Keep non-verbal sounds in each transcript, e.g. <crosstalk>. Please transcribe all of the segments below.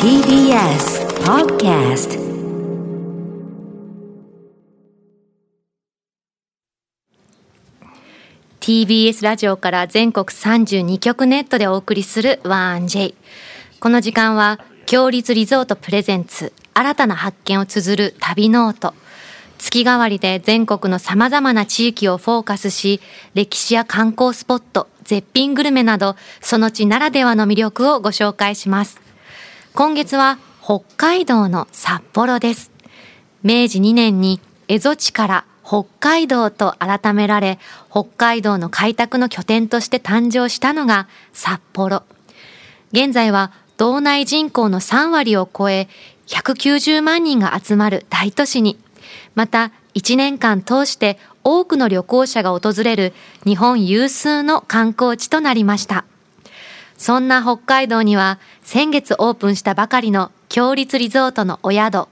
TBS Podcast 「TBS ラジオ」から全国32局ネットでお送りする「1J」この時間は「強立リゾートプレゼンツ新たな発見」を綴る旅ノート月替わりで全国のさまざまな地域をフォーカスし歴史や観光スポット絶品グルメなどその地ならではの魅力をご紹介します今月は北海道の札幌です明治2年に蝦夷地から北海道と改められ北海道の開拓の拠点として誕生したのが札幌現在は道内人口の3割を超え190万人が集まる大都市にまた1年間通して多くの旅行者が訪れる日本有数の観光地となりましたそんな北海道には先月オープンしたばかりの強立リゾートのお宿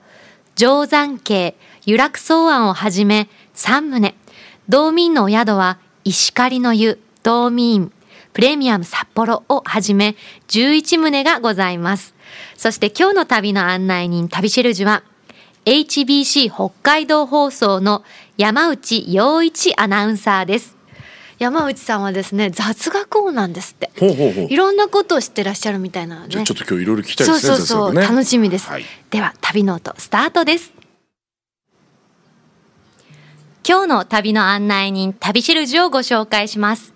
定山渓由楽草庵をはじめ3棟道民のお宿は石狩の湯道民プレミアム札幌をはじめ11棟がございますそして今日の旅の案内人旅シェルジュは HBC 北海道放送の山内陽一アナウンサーです山内さんはですね雑学王なんですってほうほうほういろんなことを知ってらっしゃるみたいなのじゃであちょっと今日いろいろ聞きたいでそうすねそうそう、先生楽ねしみです、はいでは旅ノートスタートです今日の旅の案内人旅しるじをご紹介します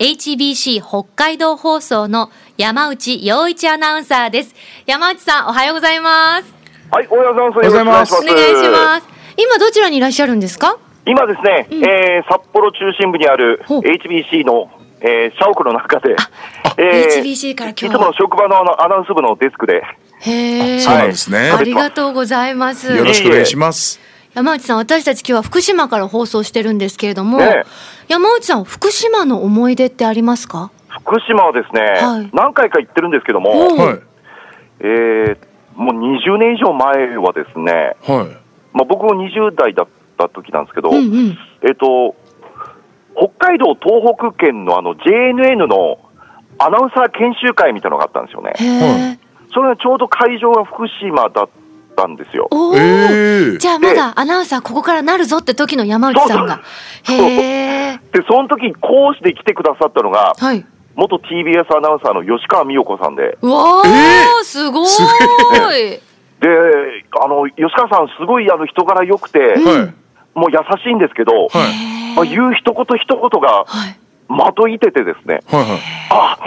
HBC 北海道放送の山内陽一アナウンサーです山内さんおはようございますはい、おはようございます。おはようございますよおろく願いします今どちらにいらっしゃるんですか今ですね、えー札幌中心部にあるほう HBC の、えー社屋の中で、 HBC から今日いつもの職場のあのアナウンス部のデスクで、へえそうなんですねありがとうございますよろしくお願いします山内さん、私たち今日は福島から放送してるんですけれども、ええ山内さん、福島の思い出ってありますか福島はですね、はい何回か行ってるんですけどおうも、んはいえーもう20年以上前はですね、はいまあ、僕も20代だった時なんですけど、うんうん。えっ、と、北海道東北県のあの JNN のアナウンサー研修会みたいなのがあったんですよね。へえ、はそれがちょうど会場が福島だったんですよ。おお、ええじゃあまだアナウンサーここからなるぞって時の山内さんが。そうそうへえ、で、その時講師で来てくださったのが、はい。元 TBS アナウンサーの吉川美代子さんで、うわー、えすごーすい。で、あの、吉川さん、すごいあの人柄良くて、はいもう優しいんですけど、はいへまあ、ー言う一言一言がはい。まといててですね、はいはいあ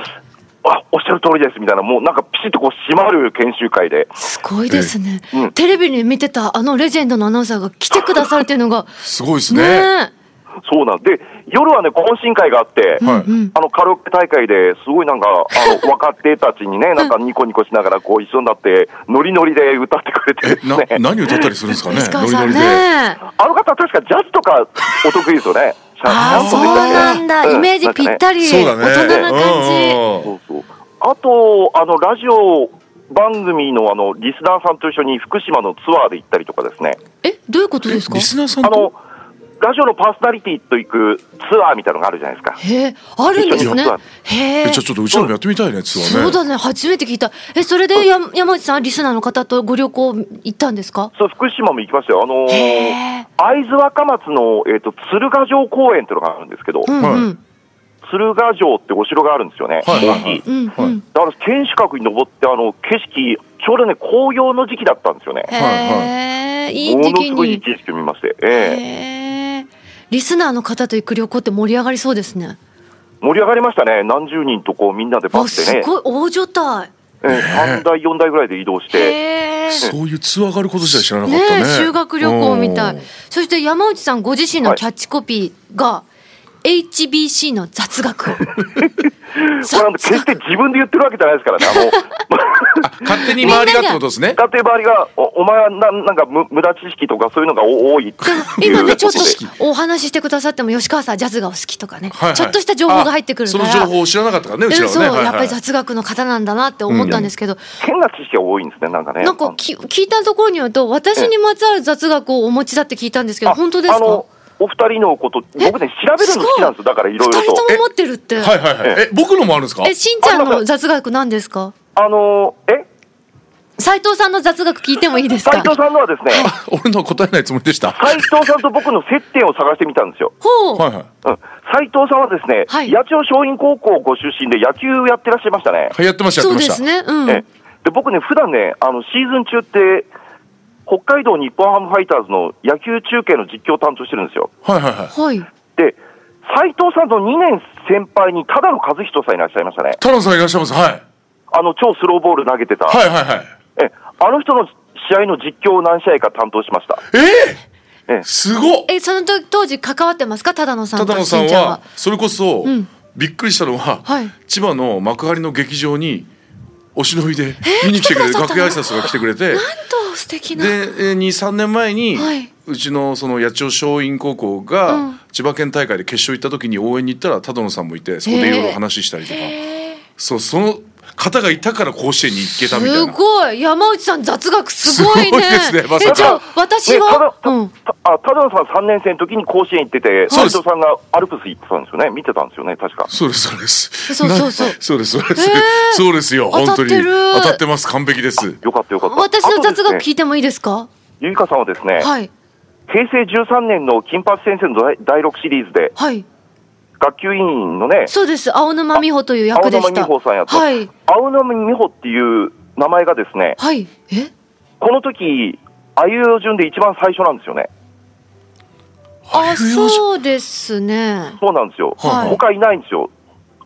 あ、おっしゃる通りですみたいな、もうなんかピシッとこう締まる研修会で、すごいですね、ええうんテレビに見てたあのレジェンドのアナウンサーが来てくださるっていうのがすごいですねねえそうなんで、夜はね、懇親会があって、はいうんあのカラオケ大会ですごいなんか、 <laughs> あの若手たちにね、なんかニコニコしながらこう一緒になって、ノリノリで歌ってくれてですえなね。何歌ったりするんですかね吉ノ川リさノんリねであの方、確かジャズとかお得意ですよね。ちあゃあんそとうできたなりねんだ、うイメージぴっなんかねたり、そうだね大人な感うんそうそうあと、あのラジオ番組のあのリスナーさんと一緒に福島のツアーで行ったりとかですね、じえどういうことですかリスナーさんあのとラジオのパーソナリティと行くツアーみたいなのがあるじゃないですか。へえあるんですねいやへええじゃあちょっとうちのもやってみたいねツアーねそうだね初めて聞いたえそれでや山内さんリスナーの方とご旅行行ったんですかそう福島も行きましたよ、あのーへえ会津若松の、えー、と鶴ヶ城公園っていうのがあるんですけど、うんうん鶴ヶ城ってお城があるんですよね、はいはい大はきいい。うんうはんいだから天守閣に登って、あの景色、ちょうどね、紅葉の時期だったんですよね。へえいいも時の期すごいいいに景色を見まして、へえええリスナーの方と行く旅行って盛り上がりそうですね盛り上がりましたね、何十人とこうみんなでバわスすでね、ごい大所帯え3台、4台ぐらいで移動して、へえそういうツアーがあること自体知らなかっねたえね修学旅行みたういんそして山内さんご自身のキャッチコピーが、HBC の雑学これあの決して自分で言ってるわけじゃないですからね、あの <laughs> 勝手に周りがってことですねだって周りが、おお前はなんなんか無無駄知識とかそういうのが多いっていう <laughs> 今 <laughs> ねちょっことでとお話ししてくださっても吉川さんジャズがお好きとかね、はいはいちょっとした情報が入ってくるからあその情報を知らなかったからねうちらうんはそう、ねはいはいやっぱり雑学の方なんだなって思ったんですけど、変な知識が多いんですね、なんかね。なんかき聞いたところによると私にまつわる雑学をお持ちだって聞いたんですけどあ本当ですかあのお二人のこと、僕えね、調べるの好きなんですよ、だからいろいろ二人と。とも持ってるって、はいはいはいえ僕のもあるんですかえしんちゃんの雑学何ですかあのーえ斉藤さんの雑学聞いてもいいです斉か藤さんのはですね、 <laughs> 俺の答えないつもりでした。は斉藤さんと僕の接点を探してみたんですよ。ほう、いはい。うん、斉藤さんはですね、はい八千代松陰高校ご出身で野球やってらっしゃいましたね。はい、やってました、やっそうてまでした。すねうんええで僕ね、普段ね、あのシーズン中って、北海道日本ハムファイターズの野球中継の実況を担当してるんですよ。はいはいはい。はいで、斉藤さんの2年先輩に、ただの和人さんいらっしゃいましたね。太郎さんいらっしゃいます。はい。あの超スローボール投げてた、はいはいはい。ええあの人の試合の実況を何試合か担当しました。ええー、えすごっえその時当時関わってますか忠野さんと野さんしちゃはそれこそ、んびっくりしたのは、はい千葉の幕張の劇場にお忍びで見に来てくれ来てくださてった楽の屋挨拶が来てくれてなんと素敵なで23年前に、はいうちのその八千代松陰高校が、うん千葉県大会で決勝行った時に応援に行ったら多野さんもいてそこでいろいろ話したりとか、そうその方がいたから甲子園に行けたみたいすな。ごい山内さん雑学すごいねすごいですねまさえかじゃあ私は、ただ、うん、たあたださん3年生の時に甲子園行ってて、そうで斉す藤さんがアルプス行ってたんですよね、見てたんですよね、確か。そうですそうです。そうそうそうなそうですそうです。えーそうですよ本当た当にってる当たってます完璧です。よかったよかった。私の雑学聞いいてもいいですかゆいかさんはですね、はい平成13年の金八先生の第第6シリーズで、はい学級委員のね、そうです青沼美穂という青役で沼し美た穂さんやった、はい青沼美穂っていう名前がですね、はいえこの時、あいうえお順で一番最初なんですよね。あいうえお順そうですねそうなんですよ。はい他いないんですよ。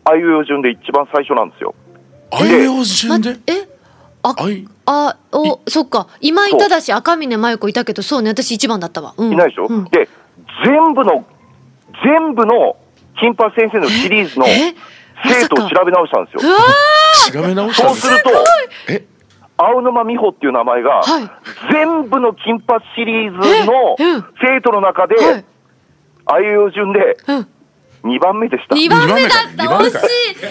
あいうえお順で一番最初なんですよ。あいうえお順でま。えああいあおそっか今井忠赤嶺真由子いたけどそうね私一番だったわ、うんいないでしょ、うんで、全部の、全部の金八先生のシリーズのえま生さ徒をか調べ直したんですよ。うわ調べ直したそんうですすると、え青沼美穂っていう名前が、はい全部の金八シリーズのえうん生徒の中で、ーはいあいうえお順でうん2番目でした。二番目だった二番目惜かしい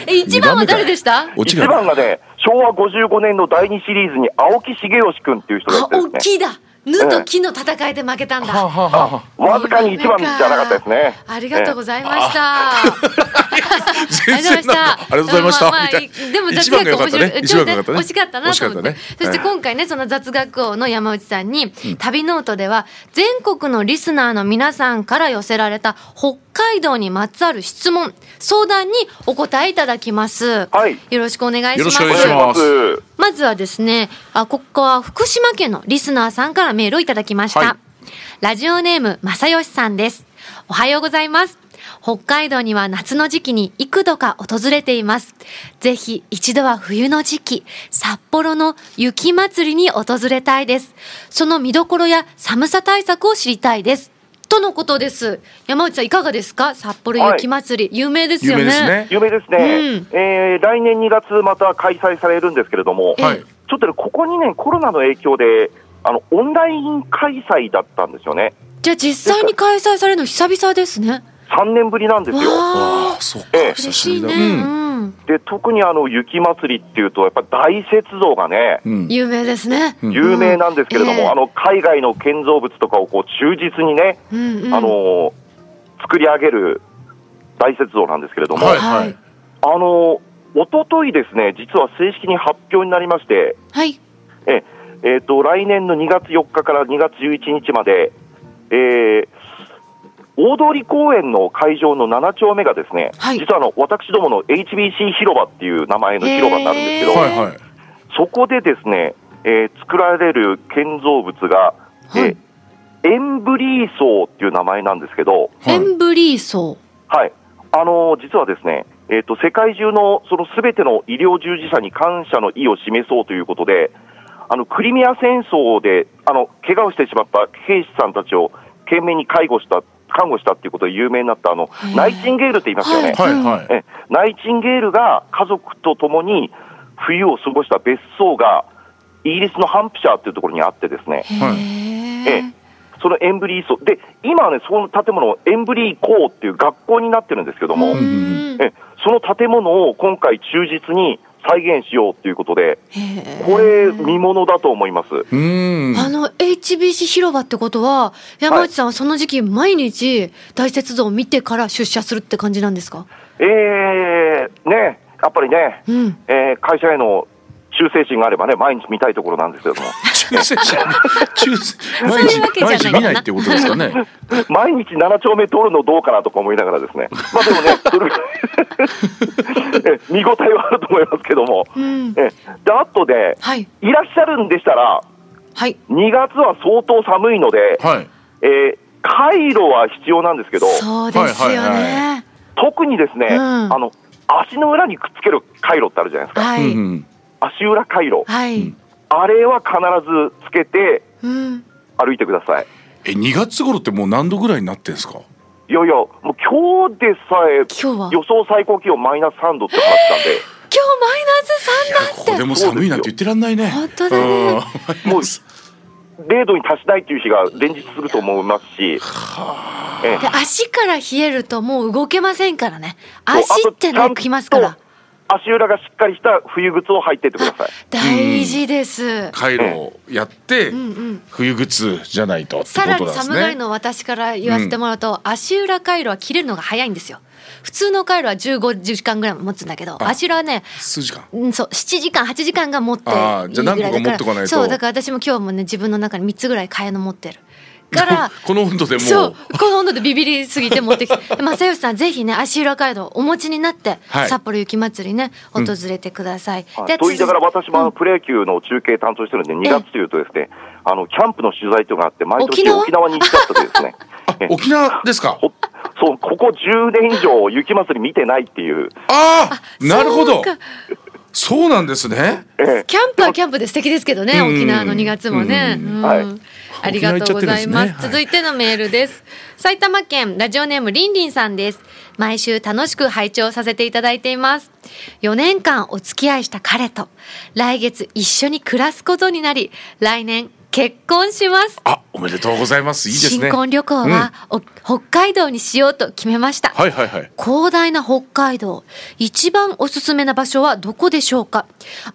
え一番は誰でした落ち一が番がね、昭和55年の第2シリーズに青木重義君っていう人があいて大ですね、きいだぬと木の戦いで負けたんだ、はあはあはあはわずかに1番じゃなかったですね。ありがとうございました。ありがとうございましあ全然たなんかありがとうございましんたまあまみあたいなでも雑一番が学良か面白いったね一番が良かったね惜しかったなと思って惜しかったねそしてはい今回ねその雑学王の山内さんに旅ノートでは全国のリスナーの皆さんから寄せられた北海道にまつわる質問相談にお答えいただきますはいよろしくお願いしますよろしくお願いしますお願いします。まずはですね、あ、ここは福島県のリスナーさんからメールをいただきました。はいラジオネーム、正義さんです。おはようございます。北海道には夏の時期に幾度か訪れています。ぜひ一度は冬の時期、札幌の雪祭りに訪れたいです。その見どころや寒さ対策を知りたいです。とのことです。山内さんいかがですか札幌雪祭り、有名ですよね。有名ですね有名ですね、えー来年2月また開催されるんですけれども、はいちょっとね、ここ2年コロナの影響であのオンライン開催だったんですよねじゃあ実際に開催されるの久々ですね。 3年ぶりなんですよわああ、そっえかえ嬉久しぶしいりだね。うんうんで特にあの雪祭りっていうとやっぱ大雪像がねうん有名ですね。うん有名なんですけれども、うんええあの海外の建造物とかをこう忠実にね、うんうんあのー作り上げる大雪像なんですけれども、はいははいいあのー、一昨日ですね実は正式に発表になりましてはい。えええーと来年の2月4日から2月11日まで、えー大通公園の会場の7丁目がですね、はい実はあの私どもの HBC 広場っていう名前の広場になるんですへけーど、はいはいそこでですね、えー作られる建造物が、はいえーエンブリー層っていう名前なんですけど、エはいンブリーソはいあのー実はですね、えー、と世界中のそのすべての医療従事者に感謝の意を示そうということで、あのクリミア戦争であの怪我をしてしまった兵士さんたちを懸命に介護した看護したということで有名になったあのへーナイチンゲールって言いますよね、はいはいえナイチンゲールが家族と共に冬を過ごした別荘がイギリスのハンプシャーっていうところにあってですね、ー。へはいえええ。そのエンブリー層で今はねその建物をエンブリー校っていう学校になってるんですけども、ううんん。えその建物を今回忠実に再現しようということでへーこれ見ものだと思います。うーんあの HBC 広場ってことは山内さんはその時期毎日大雪像を見てから出社するって感じなんですか？えー、ね、やっぱりね、うん。えー会社への忠誠心があればね、毎日見たいところなんです <laughs> けども、忠誠心忠誠毎そういうわけ日じゃないかな毎日見ないってことですかね毎日7丁目通るのどうかなとか思いながらですね、まあでもね、それ <laughs> え見応えはあると思いますけども、うんえで、あとで、はいいらっしゃるんでしたら、はい2月は相当寒いので、はいえー、カイロは必要なんですけど、そうですよね、はいはい特にですね、うんあの足の裏にくっつけるカイロってあるじゃないですか、はうい、んうん足裏カイロ、はい、あれは必ずつけてうん、歩いてください。え2月頃ってもう何度ぐらいになってんですかいやいや、もう今日でさ今日はえ、予想最高気温マイナス3度って話なんで、今日マイナス3だこっれてでも寒いなんて言ってらんないね本当だね <laughs> うんもう0度に達しないっていう日が連日すると思いますし、ええで足から冷えるともう動けませんからねそう足ってのきますか。あらとちゃんと足裏がしっかりした冬靴を履いてってください。大事ですカイロをやってうんうん冬靴じゃないとってさらことになんです寒がりねの私から言わせてもらうと、足裏回路は切れるのが早いんですよ普通の回路は15時間ぐらい持つんだけどあ足裏はね数時間うん、そう7時間8時間が持っていいぐらあいーじゃあ何個か持っとかないとそうだから私も今日もね自分の中に3つぐらい替えの持 <laughs> ってるからこの温度でもそうこの温度でビビりすぎて持ってきて <laughs> 正義さんぜひね足裏街道お持ちになって、はい札幌雪まつりね訪れてください、はいでと言いながら私もあのうんプロ野球の中継担当してるんで、2月というとですね、あの、キャンプの取材というのがあって、毎沖年縄沖縄に行っちゃって <laughs> ですね。あええ沖縄ですかほそう、ここ10年以上雪まつり見てないっていう。ああなるほそうどかそうなんですねええキャンプはキャンプで素敵ですけどね、うん沖縄の2月もね。ううんんはいありがとうございます。沖縄行っちゃってるんですねはい続いてのメールです。埼玉県ラジオネームりんりんさんです。毎週楽しく拝聴させていただいています。4年間お付き合いした彼と、来月一緒に暮らすことになり、来年結婚します。あおめでとうございますいいですね新婚旅行は、お北海道にしようと決めました。はいはいはい広大な北海道一番おすすめな場所はどこでしょうか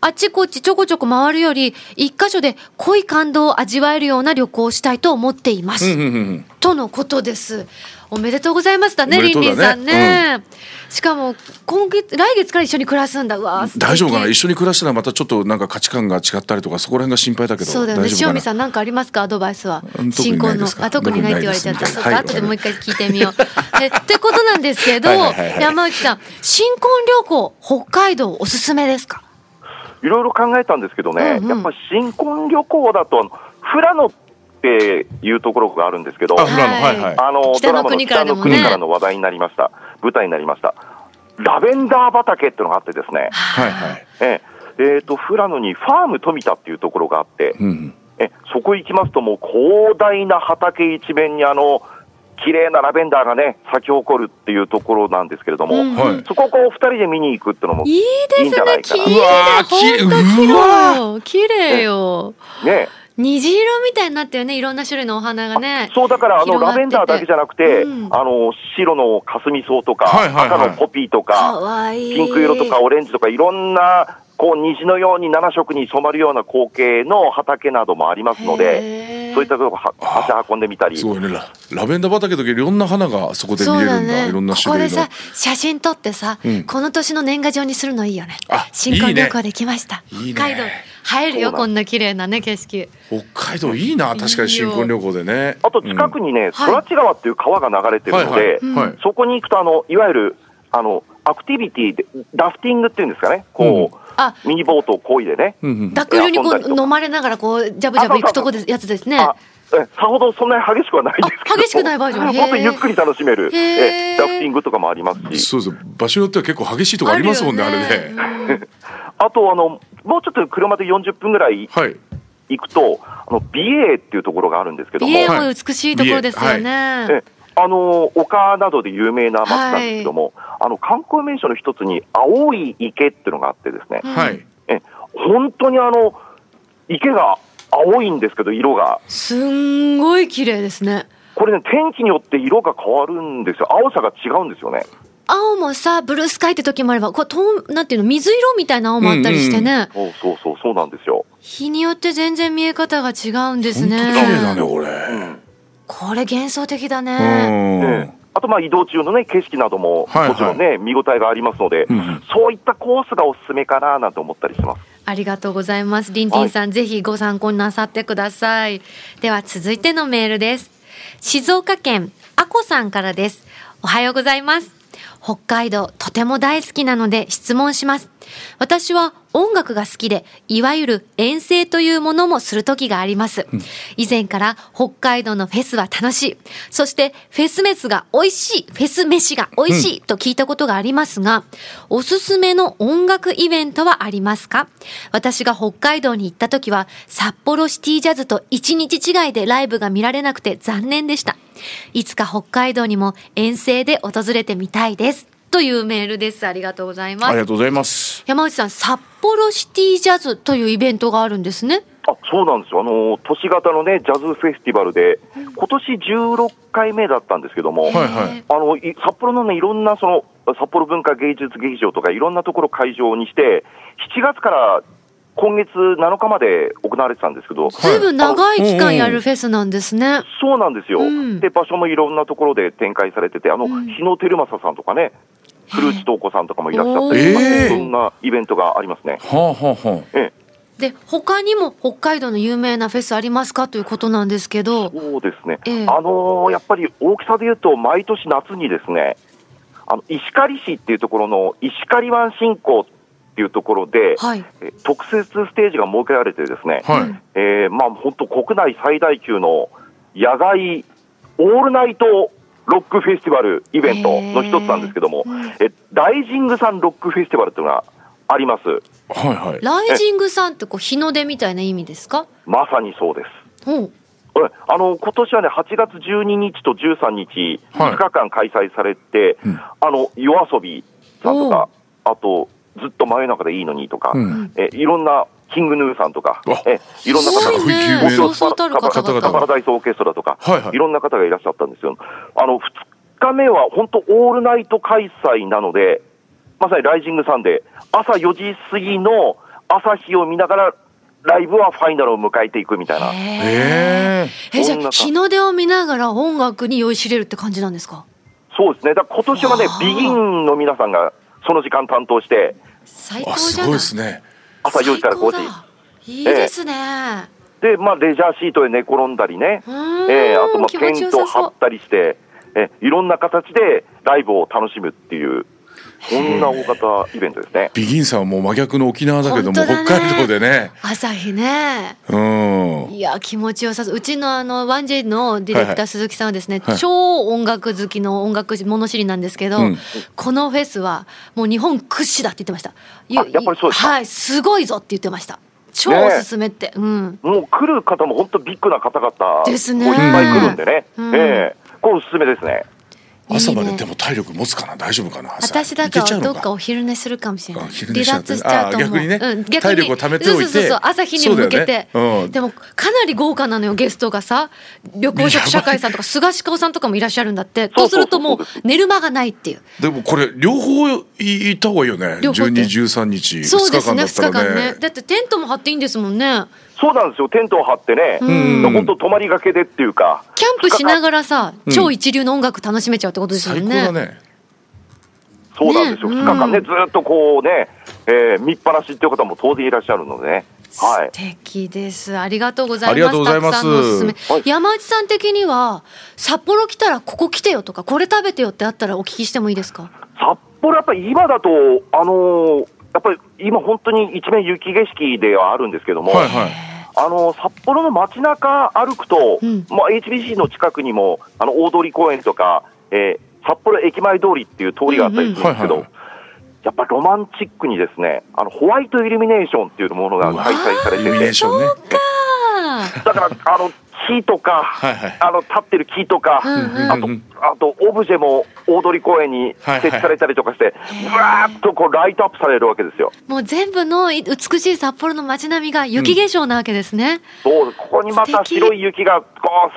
あちこちちょこちょこ回るより一箇所で濃い感動を味わえるような旅行をしたいと思っています、うんうんうんとのことですおめでとうございますだねおめりでんとうだりねんさんね、しかも今月来月から一緒に暮らすんだうわ大丈夫かな一緒緒に暮らしたらまたちょっとなんか価値観が違ったりとかそこら辺が心配だけどそうだよね大塩丈夫かな見さん何かありますかアドバイスはうん特新にな婚いのですかあ特にないって言われちゃった特にないですそうかはい後でもう一回聞いてみようえってことなんですけどはいはいはいはい山内さん新婚旅行北海道おすすめですかいろいろ考えたんですけどうね、んうんやっぱ新婚旅行だと、あの富良野っていうところがあるんですけど、あ富良野ははいいはいあの北のドラマの国から北でのもね国からの話題になりました、舞台になりました、ラベンダー畑っていうのがあってですね、はいはいえええーと富良野にファーム富田っていうところがあって、うんうんえそこ行きますと、もう広大な畑一面にあの綺麗なラベンダーがね、咲き誇るっていうところなんですけれども、うんはいそこをこう2人で見に行くってのも、いいいいでんすじゃなねいか綺な麗うわーきう本当わ綺麗綺麗よね、虹色みたいになってるねいろんな種類のお花がねそうだからあの広がっラててベンダーだけじゃなくて、うんあの白の霞草とか、はいはいはい赤のポピーとかか、わいいピンク色とかオレンジとか、いろんなこう虹のように7色に染まるような光景の畑などもありますので、へーそういったところは足運んでみたり、すごいねララベンダー畑だけいろんな花がそこで見そうれだるんだねいろんなここ種で類のさ写真撮ってさ、うんこの年の年賀状にするのいいよねあ新い婚いね旅行できましたいいね北海道映えるよそうだこんな綺麗なね景色北海道いいな確かに新婚旅行でねあと近くににね、はい空知川っていう川が流れてるので、うんはいはいそこに行くとあの、いわゆるあのアクティビティで、ダフティングっていうんですかね、こあう、ミニボートを漕いでね。うんうん濁流にこいや本当うに飲まれながらこうジャブジャブ行くとこですやつですねあえさほどそんなに激しくはないですけどあ激しくないバージョ <laughs> ンへーもっとゆっくり楽しめるへーえダフティングとかもありますしそうです場所によっては結構激しいとこありますもんねあるよれね <laughs> うんあとあのもうちょっと車で40分ぐらいはい行くとあの美瑛っていうところがあるんですけども、美瑛えも美しいところですよね、あの丘などで有名な町なんですけども、あの観光名所の一つに青い池っていうのがあってですね、うんはいえ本当にあの池が青いんですけど色がすんごい綺麗ですねこれね天気によって色が変わるんですよ青さが違うんですよね青もさブルースカイって時もあればこうとんなんていうの水色みたいな青もあったりしてね、そうそうそうそうなんですよ日によって全然見え方が違うんです本当綺ね麗だねこれこれ幻想的だうねんえあとまあ移動中の、ね、景色なども、はいはいもちろんね、見応えがありますので、うんうんそういったコースがおすすめかななんて思ったりします。ありがとうございます。りんりんさん、ぜひご参考になさってください。では続いてのメールです。静岡県あこさんからです。おはようございます。北海道とても大好きなので質問します。私は音楽が好きで、いわゆる遠征というものもする時があります。以前から北海道のフェスは楽しい。そしてフェス飯が美味しい、フェス飯が美味しいと聞いたことがありますが、おすすめの音楽イベントはありますか私が北海道に行った時は、札幌シティジャズと1日違いでライブが見られなくて残念でした。いつか北海道にも遠征で訪れてみたいです。というメールです。ありがとうございまありす。がとうございます。山内さん、札幌シティジャズというイベントがあるんですね。あそうなんですよ、あの都市型の、ね、ジャズフェスティバルで、今年16回目だったんですけども、はいはい。あのい札幌の、ね、いろんなその札幌文化芸術劇場とかいろんなところ会場にして、7月から今月7日まで行われてたんですけど、ずいぶん長い期間やるフェスなんですね。そうなんですよ、うんで場所もいろんなところで展開されてて、あの、ん日野照正さんとかね、古内東子さんとかもいらっしゃったりとか、へーそんなイベントがありますね。はあはあはあ。ええで他にも北海道の有名なフェスありますかということなんですけどそうですね、ええあのーやっぱり大きさで言うと、毎年夏にですね、あの石狩市っていうところの石狩湾振興っていうところで、はいえ特設ステージが設けられてですね、はい。えーまあ本当、国内最大級の野外オールナイトロックフェスティバルイベントの一つなんですけどもへー、えライジングサンロックフェスティバルっていうのがあります、はいはい。ライジングさんってこう日の出みたいな意味ですかまさにそうです。ほううんあの今年はね、8月12日と13日、はい2日間開催されて、うんあの夜遊びさんとか、あと、ずっと真夜中でいいのにとか、うんえいろんなキングヌーさんとかうわ、えいろんな方すがごいねごい有名なそうそうたる方方々々パがラダイスオーケストラとか、はいいはいろんな方がいらっしゃったんですよ。あの2日目は本当、オールナイト開催なので、まさにライジングサンデー、朝4時過ぎの朝日を見ながら、ライブはファイナルを迎えていくみたいへな。ーええ。えじゃそんあな感じ日の出を見ながら音楽に酔いしれるって感じなんですかそうですね、だから今年はねあ、ービギンの皆さんがその時間担当して、最あ高すじゃごないいですね。朝4時から5時、最高だいいですね、で、まあ、レジャーシートで寝転んだりね、うえーんえあとまあ気持テちよンさそうト張ったりして、えいろんな形でライブを楽しむっていう、こんな大型イベントですね。ビギンさんはもう真逆の沖縄だけども、本当だ北ね海道でね。朝日ねうん。いや気持ちよさそううちのあの 1J のディレクはいはターい鈴木さんはですね、はい超音楽好きの音楽物知りなんですけど、うんこのフェスはもう日本屈指だって言ってましたゆあやっぱりそうですかはいすごいぞって言ってました超ねえおすすめって、うんもう来る方も本当ビッグな方々、ですねもういっぱい来るんでね、うんええこれおすすめですね。朝いまいでねでも体力持つかな大丈夫かな朝私だかいけちゃらうのどっかお昼寝するかもしれないあ昼離寝しちゃう脱しちゃうと思うあ逆にねうん、逆に体力を貯めておいてそうそうそう朝日に向けそうだてよ、ねうんでもかなり豪華なのよゲストがさ緑黄色社会さんとか菅氏顔さんとかもいらっしゃるんだってそとうするそうそうそとうもう寝る間がないっていうでもこれ両方い行った方がいいよね両方って12、13日2そうで日すね2日間だった間ねらねだってテントも張っていいんですもんねそうなんですよ、テントを張ってね、ん本当、泊まりがけでっていうか、キャンプしながらさん超一流の音楽楽しめちゃうってことですよね最高だねそうなんですよ、ね2日間ね、ずーっとこうね、えー見っぱなしっていう方も当然いらっしゃるのでね、は素い、敵です。ありがとうございありまがとうす。ござたいくますさんのおすすめはい。山内さん的には、札幌来たらここ来てよとか、これ食べてよってあったらお聞きしてもいいですか札幌、やっぱり今だと、あのーやっぱり今、本当に一面雪景色ではあるんですけども、はいはいあのー札幌の街中歩くと、うんまあ、HBC の近くにも、あの大通公園とか、えー札幌駅前通りっていう通りがあったりするんですけど、うんうんはいはいやっぱロマンチックにですね、あのホワイトイルミネーションっていうものが開催されイてルミネてー、ションねあだから、あの、木とか、はいはいあの、立ってる木とか、うんうんあと、あと、オブジェも大通公園にはいはい設置されたりとかして、ぶわーっとこう、ライトアップされるわけですよ。ーもう全部の美しい札幌の街並みが雪化粧なわけですね。そうです。ここにま素た敵白い雪が、こ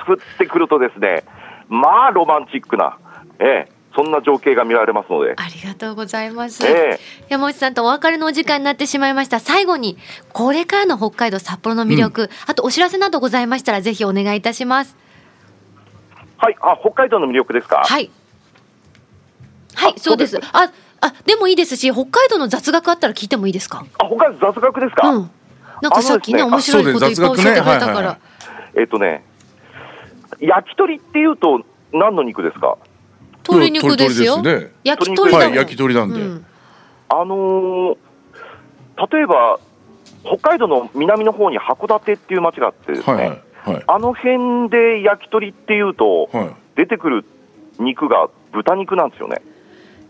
う、降ってくるとですね、まあ、ロマンチックな、ええ、そんな情景が見られますので、ありがとうございます。ええ山内さんとお別れのお時間になってしまいました。最後に、これからの北海道札幌の魅力、あとお知らせなどございましたら、ぜひお願いいたします。はい、あ、北海道の魅力ですか。はい。はい、そうですあ。あ、あ、でもいいですし、北海道の雑学あったら聞いてもいいですか。あ他雑学ですか、うん。なんかさっきね、あ面のです白ねいこといっぱい教えてくれたあそうです雑学ねかはいはいらは。えっとね、焼き鳥っていうと、何の肉ですか鶏肉ですよ。鶏ですね焼き鳥だもん。はい焼き鳥なんでうんあのー例えば、北海道の南の方に函館っていう町があってですね、はいはいはいあの辺で焼き鳥っていうと、はい出てくる肉が豚肉なんですよね。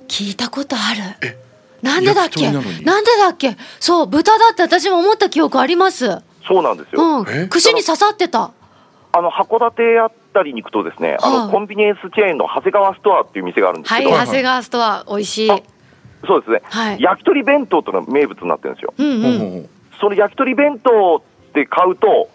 聞いたことある。なんでだっ焼きけ。鳥ななんのにでだっけ。そう、豚だって私も思った記憶あります。そうなんですよ。うえん。串に刺さってた。あの函館あたりに行くとですね、あはいのコンビニエンスチェーンの長谷川ストアっていう店があるんですはけい、ど、はい長谷川ストア、美味しい。あそうですね、はい焼き鳥弁当というのが名物になってるんですよ。うんほう。うほうんほうその焼き鳥弁当って買うと、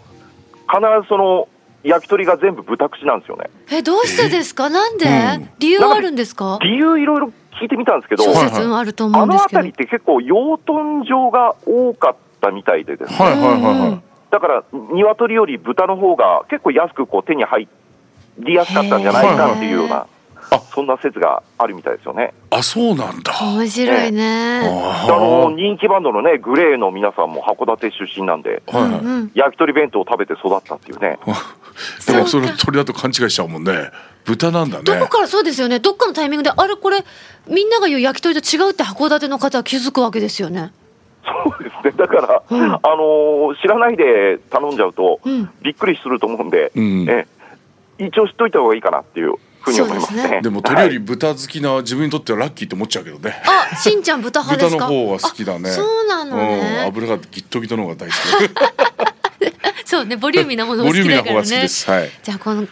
必ずその焼き鳥が全部豚串なんですよね。え、どうしてですか。なんでうん。理由はあるんですか。理由いろいろ聞いてみたんですけど、諸はい説うんあると思うあんでのすけど辺り。って結構養豚場が多かったみたいでですね、はいはいはいうんうはんいだから鶏より豚の方が結構安くこう手に入りやすかったんじゃないかっていうようなへー、そんな説があるみたいですよね。あそうなんだ面白いね。あのあ人気バンドのね、グレーの皆さんも函館出身なんで、あはいはいうんうん。焼き鳥弁当を食べて育ったっていうね。でもそそうかれ鳥だと勘違いしちゃうもんね豚なんだねどこからそうですよね。どっかのタイミングで、あれこれ、みんなが言う焼き鳥と違うって函館の方は気づくわけですよね。そうですね。だから、うんあのー知らないで頼んじゃうとうん、びっくりすると思うんで、うんええ一応知っといた方がいいかなっていうふうに思いますそうですねね。でも鳥よはりい豚好きな自分にとってはラッキーって思っちゃうけどねあ、しんちゃん豚派で豚すか。の方が好きだねあそうなのうんね。油がギットギトの方が大好き <laughs> そうね、ボリューミーなものがボ好リューきミーだなか方がら好きねで。すはいじゃあこのはい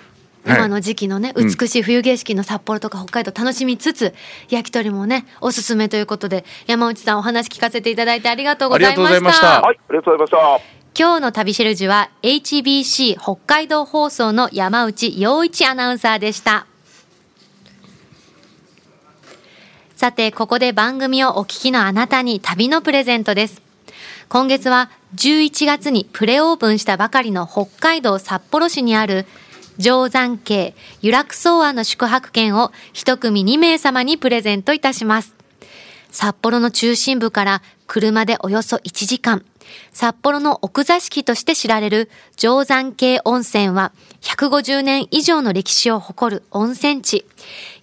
今の時期のね、うん美しい冬景色の札幌とか北海道楽しみつつ、焼き鳥もねおすすめということで山内さんお話聞かせていただいてありがとうございまありがとうございまししたたはい、ありがとうございました。今日の旅シェルジュは HBC 北海道放送の山内陽一アナウンサーでした。さて、ここで番組をお聞きのあなたに旅のプレゼントです。今月は11月にプレオープンしたばかりの北海道札幌市にある定山渓由楽草庵の宿泊券を一組2名様にプレゼントいたします。札幌の中心部から車でおよそ1時間、札幌の奥座敷として知られる定山渓温泉は150年以上の歴史を誇る温泉地。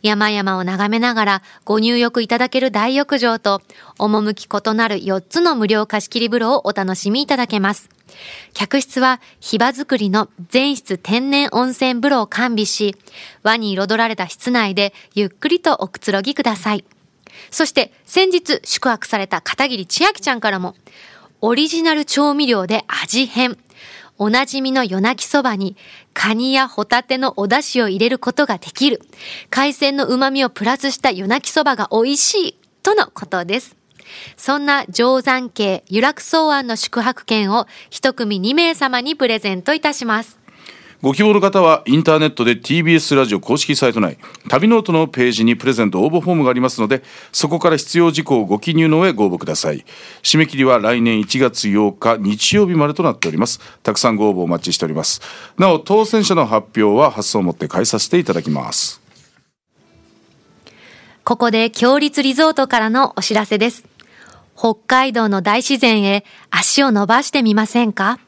山々を眺めながらご入浴いただける大浴場と、趣異なる4つの無料貸し切り風呂をお楽しみいただけます。客室はヒバ作りの全室天然温泉風呂を完備し、和に彩られた室内でゆっくりとおくつろぎください。そして先日宿泊された片桐千秋ちゃんからも、オリジナル調味料で味変。おなじみの夜泣きそばに、カニやホタテのお出汁を入れることができる。海鮮の旨味をプラスした夜泣きそばが美味しい。とのことです。そんな定山渓由楽草庵の宿泊券を一組2名様にプレゼントいたします。ご希望の方はインターネットで TBS ラジオ公式サイト内旅ノートのページにプレゼント応募フォームがありますのでそこから必要事項をご記入の上ご応募ください締め切りは来年1月8日日曜日までとなっておりますたくさんご応募お待ちしておりますなお当選者の発表は発送をもって返させていただきますここで強立リゾートからのお知らせです。北海道の大自然へ足を伸ばしてみませんか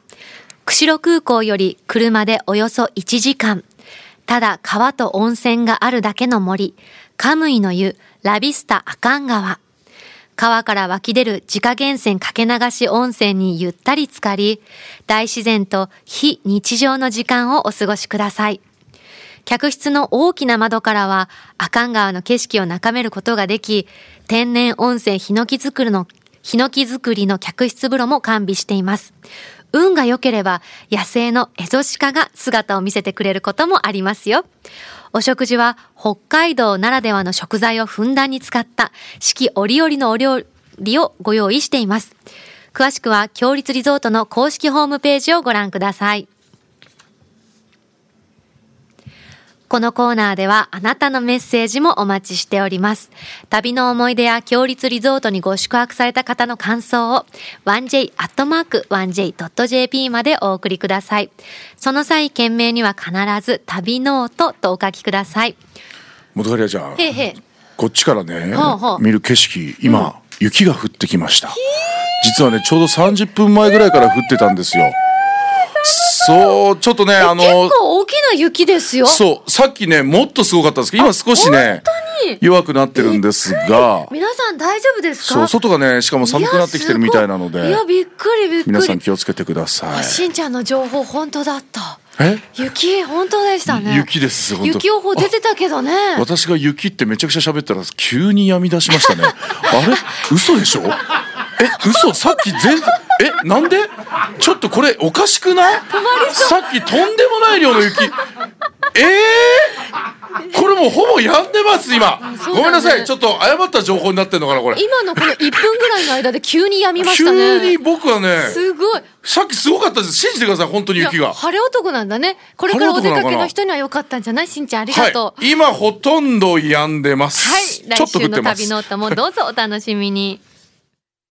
釧路空港より車でおよそ1時間。ただ川と温泉があるだけの森、カムイの湯、ラビスタ阿寒川。川から湧き出る自家源泉かけ流し温泉にゆったり浸かり、大自然と非日常の時間をお過ごしください。客室の大きな窓からは阿寒川の景色を眺めることができ、天然温泉ヒノキ作りの、ヒノキ作りの客室風呂も完備しています。運が良ければ野生のエゾシカが姿を見せてくれることもありますよ。お食事は北海道ならではの食材をふんだんに使った四季折々のお料理をご用意しています。詳しくは、強立リゾートの公式ホームページをご覧ください。このコーナーではあなたのメッセージもお待ちしております。旅の思い出や強立リゾートにご宿泊された方の感想を 1j.1j.jp までお送りください。その際、件名には必ず旅ノートとお書きください。元カリアちゃんへいへい。こっちからね、はあはあ見る景色今、雪が降ってきました実はねちょうど30分前ぐらいから降ってたんですよそうちょっとねあの結構大きな雪ですよ。そうさっきねもっとすごかったんですけど今少しね当に弱くなってるんですが皆さん大丈夫ですかそう外がねしかも寒くなってきてるみたいなのやすごでいいや、びっくりびっくり。皆さん気をつけてくださあいしんちゃんの情報本当だった。え雪本当でしたね。雪です本当雪予報出てたけどね。私が雪ってめちゃくちゃ喋ったら急にやみ出しまし <laughs> たねあれ嘘でしょえ嘘さっき全えなんでちょっとこれおかしくないさっきとんでもない量の雪えー、これもうほぼやんでます今そうなんだごめんなさいちょっと誤った情報になってんのかなこれ今のこの1分ぐらいの間で急にやみましたね。急に僕はねすごい。さっきすごかったです信じてください本当にいや雪が晴れ男なんだね。これからお出かけの人には良かったんじゃないしんちゃんありがとう。はい今ほとんどやんでます、はい。ちょ来週っと降ってのま旅すノートもどうぞお楽しみに。